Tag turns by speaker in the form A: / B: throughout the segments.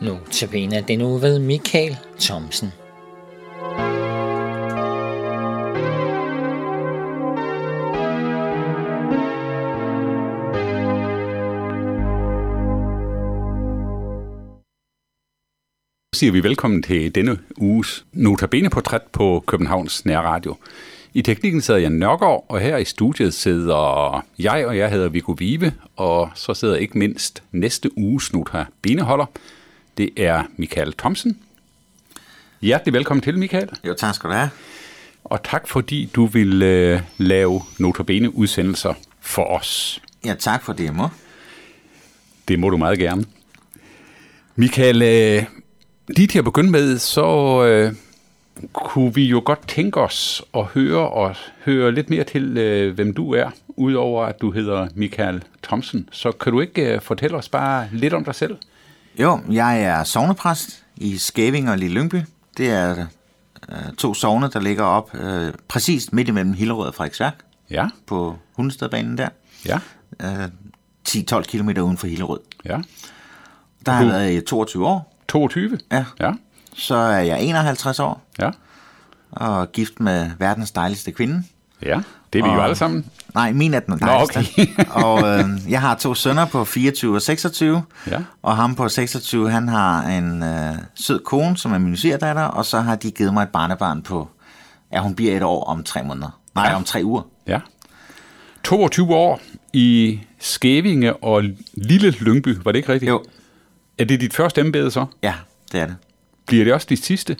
A: Notabene den uge ved Michael Thomsen.
B: siger vi velkommen til denne uges Notabene-portræt på Københavns Nærradio. I teknikken sidder jeg Nørgaard, og her i studiet sidder jeg, og jeg hedder Viggo Vive, og så sidder ikke mindst næste uges Notabene-holder. Det er Michael Thomsen. Hjertelig velkommen til, Michael.
C: Jo, tak skal du have.
B: Og tak fordi du vil øh, lave Notabene-udsendelser for os.
C: Ja, tak for det, jeg må.
B: Det må du meget gerne. Michael, øh, Lige til at begynde med, så øh, kunne vi jo godt tænke os at høre og høre lidt mere til, øh, hvem du er, udover at du hedder Michael Thomsen. Så kan du ikke øh, fortælle os bare lidt om dig selv?
C: Jo, jeg er sovnepræst i Skæving og Lille Lyngby. Det er øh, to sovne, der ligger op øh, præcis midt imellem Hillerød og Frederiksværk
B: Ja,
C: på Hundestedbanen der.
B: ja,
C: Øh, 10-12 km uden for Hillerød.
B: ja.
C: Der har jeg været i 22 år.
B: 22?
C: Ja.
B: Ja,
C: Så er jeg 51 år
B: ja,
C: og gift med verdens dejligste kvinde.
B: ja. Det er vi jo
C: Og-
B: alle sammen.
C: Nej, min er den dejligste.
B: okay.
C: og øh, jeg har to sønner på 24 og 26.
B: Ja.
C: Og ham på 26, han har en øh, sød kone, som er min svigerdatter, og så har de givet mig et barnebarn på, ja, hun bliver et år om tre måneder. Nej,
B: Ja.
C: ja. om tre uger.
B: Ja. 22 år i Skævinge og Lille Lyngby, var det ikke rigtigt?
C: Jo.
B: Er det dit første embede så?
C: Ja, det er det.
B: Bliver det også dit sidste?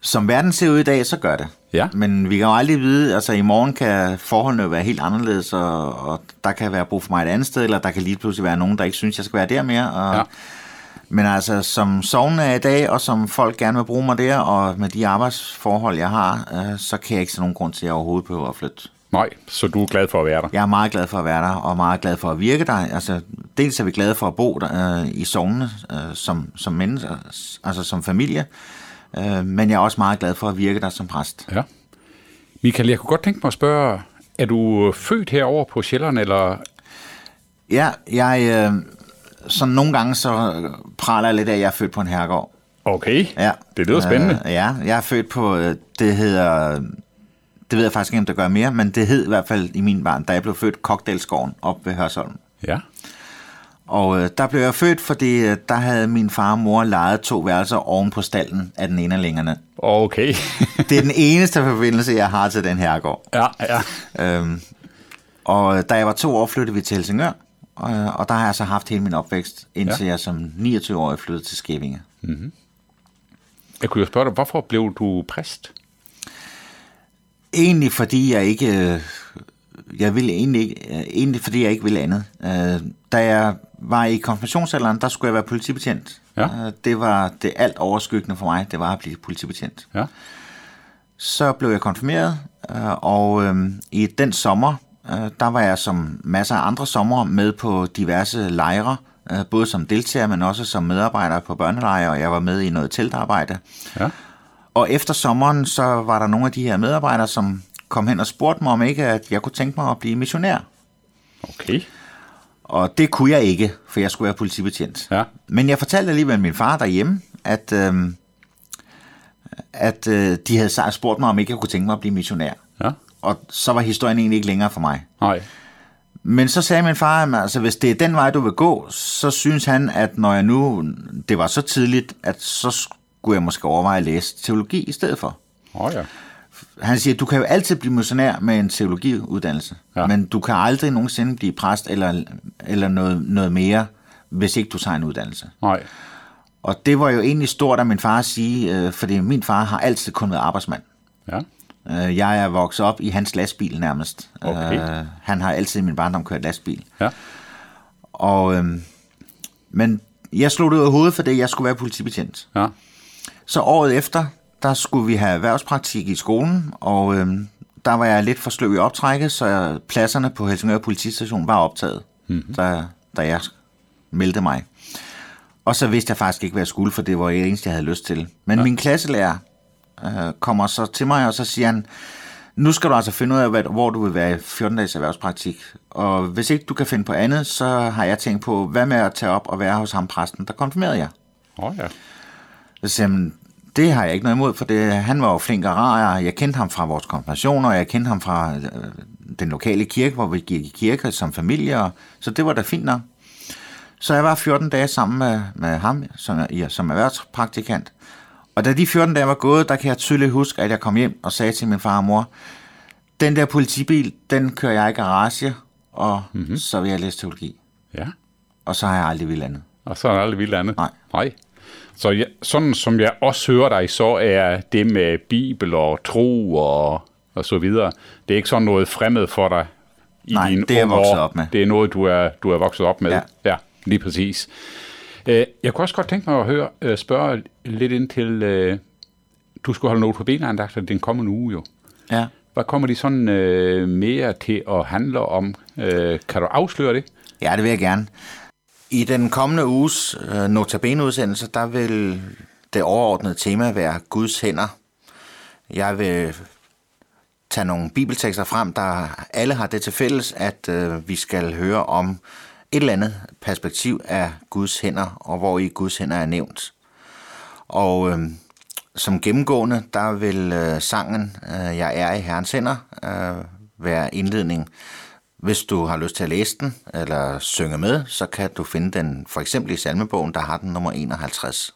C: Som verden ser ud i dag, så gør det.
B: Ja.
C: Men vi kan jo aldrig vide, altså i morgen kan forholdene jo være helt anderledes, og, og der kan være brug for mig et andet sted, eller der kan lige pludselig være nogen, der ikke synes, jeg skal være der mere. Og,
B: Ja.
C: Men altså, som sovende er i dag, og som folk gerne vil bruge mig der, og med de arbejdsforhold, jeg har, øh, så kan jeg ikke se nogen grund til, at jeg overhovedet behøver at flytte.
B: Nej, så du er glad for at være der.
C: Jeg er meget glad for at være der, og meget glad for at virke der. Altså, dels er vi glade for at bo der, øh, i sovnene øh, som, som mennesker, altså som familie, øh, men jeg er også meget glad for at virke der som præst.
B: Ja. Michael, jeg kunne godt tænke mig at spørge, er du født herover på Sjælland, eller...
C: Ja, jeg... Øh, sådan nogle gange så øh, praler jeg lidt af, at jeg er født på en herregård.
B: Okay,
C: Ja.
B: det lyder spændende.
C: Øh, ja, jeg er født på, øh, det hedder, det ved jeg faktisk ikke, om det gør mere, men det hed i hvert fald i min barn, da jeg blev født, Kokdalskoven op ved Hørsholm.
B: Ja,
C: Og øh, der blev jeg født, fordi øh, der havde min far og mor lejet to værelser oven på stallen af den ene af længerne.
B: okay.
C: Det er den eneste forbindelse, jeg har til den her gård.
B: ja, ja.
C: Øhm, og øh, da jeg var to år, flyttede vi til Helsingør, og, og der har jeg så haft hele min opvækst, indtil
B: Ja.
C: ja. jeg som 29-årig flyttede til Skævinge.
B: Jeg kunne jo spørge dig, hvorfor blev du præst?
C: Egentlig fordi jeg ikke... øh, Jeg ville egentlig ikke... øh, Egentlig fordi jeg ikke ville andet. Øh, Da jeg var i konfirmationsalderen, der skulle jeg være politibetjent.
B: Ja.
C: Øh, Det var det alt overskyggende for mig, det var at blive politibetjent.
B: Ja,
C: Så blev jeg konfirmeret, øh, og øh, i den sommer, øh, der var jeg som masser af andre sommer med på diverse lejre, øh, både som deltager, men også som medarbejder på børnelejre, og jeg var med i noget teltarbejde.
B: ja,
C: Og efter sommeren, så var der nogle af de her medarbejdere, som kom hen og spurgte mig, om ikke at jeg kunne tænke mig at blive missionær.
B: okay.
C: Og det kunne jeg ikke, for jeg skulle være politibetjent.
B: Ja.
C: Men jeg fortalte alligevel min far derhjemme, at, øhm, at øh, de havde sagt- spurgt mig, om ikke jeg kunne tænke mig at blive missionær.
B: Ja,
C: Og så var historien egentlig ikke længere for mig.
B: nej.
C: Men så sagde min far, at altså, hvis det er den vej, du vil gå, så synes han, at når jeg nu, det var så tidligt, at så skulle jeg måske overveje at læse teologi i stedet for.
B: Åh oh, ja.
C: Han siger, du kan jo altid blive missionær med en teologiuddannelse,
B: Ja.
C: ja. men du kan aldrig nogensinde blive præst eller, eller noget, noget mere, hvis ikke du tager en uddannelse.
B: Nej,
C: Og det var jo egentlig stort af min far at sige, øh, fordi min far har altid kun været arbejdsmand.
B: ja,
C: Øh, jeg er vokset op i hans lastbil nærmest.
B: Okay.
C: Øh, han har altid i min barndom kørt lastbil.
B: ja,
C: Og, øhm, men jeg slog det ud af hovedet, fordi jeg skulle være politibetjent.
B: ja,
C: Så året efter, der skulle vi have erhvervspraktik i skolen, og øhm, der var jeg lidt for sløv i optrækket, så pladserne på Helsingør politistation var optaget,
B: Mhm.
C: mm-hmm. da, da jeg meldte mig. Og så vidste jeg faktisk ikke, hvad jeg skulle, for det var det eneste, jeg havde lyst til. Men ja. min klasselærer øh, kommer så til mig, og så siger han, nu skal du altså finde ud af, hvad- hvor du vil være i 14 dages erhvervspraktik. Og hvis ikke du kan finde på andet, så har jeg tænkt på, hvad med at tage op og være hos ham præsten, der konfirmerede jer.
B: Åh oh, ja.
C: Så siger jeg, "Men det har jeg ikke noget imod, for det, han var jo flink og rar. og Jeg kendte ham fra vores konfirmation, og jeg kendte ham fra øh, den lokale kirke, hvor vi gik i kirke som familie, og, så det var da fint nok. Så jeg var 14 dage sammen med, med ham som, er- ja, som erhvervspraktikant. Og da de 14 dage var gået, der kan jeg tydeligt huske, at jeg kom hjem og sagde til min far og mor, den der politibil, den kører jeg i garage, og mm-hmm. så vil jeg læse teologi.
B: Ja.
C: Og så har jeg aldrig ville andet.
B: Og så er der aldrig vildt andet.
C: Nej.
B: Nej. Så jeg, sådan som jeg også hører dig, så er det med Bibel og tro og, og så videre, det er ikke sådan noget fremmed for dig i
C: Nej,
B: dine
C: det er jeg
B: unge
C: vokset
B: år.
C: op med.
B: Det er noget, du er, du er vokset op med.
C: Ja.
B: ja lige præcis. Øh, Jeg kunne også godt tænke mig at høre, øh, spørge lidt ind til, øh, du skulle holde noget på benandagter den kommende uge jo.
C: Ja.
B: Hvad kommer de sådan øh, mere til at handle om? Øh, kan du afsløre det?
C: Ja, det vil jeg gerne. I den kommende uges øh, Notabene-udsendelse, der vil det overordnede tema være Guds hænder. Jeg vil tage nogle bibeltekster frem, der alle har det til fælles, at øh, vi skal høre om et eller andet perspektiv af Guds hænder, og hvor i Guds hænder er nævnt. Og øh, som gennemgående, der vil øh, sangen øh, Jeg er i Herrens hænder øh, være indledning. Hvis du har lyst til at læse den eller synge med, så kan du finde den for eksempel i salmebogen, der har den nummer 51.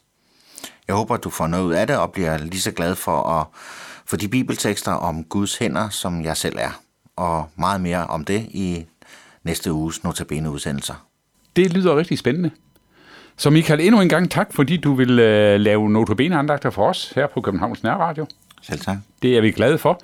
C: Jeg håber, du får noget ud af det og bliver lige så glad for, at, for de bibeltekster om Guds hænder, som jeg selv er. Og meget mere om det i næste uges Notabene udsendelser.
B: Det lyder rigtig spændende. Så Michael, endnu en gang tak, fordi du vil øh, lave notabene andagter for os her på Københavns Nærradio.
C: Selv tak.
B: Det er vi glade for.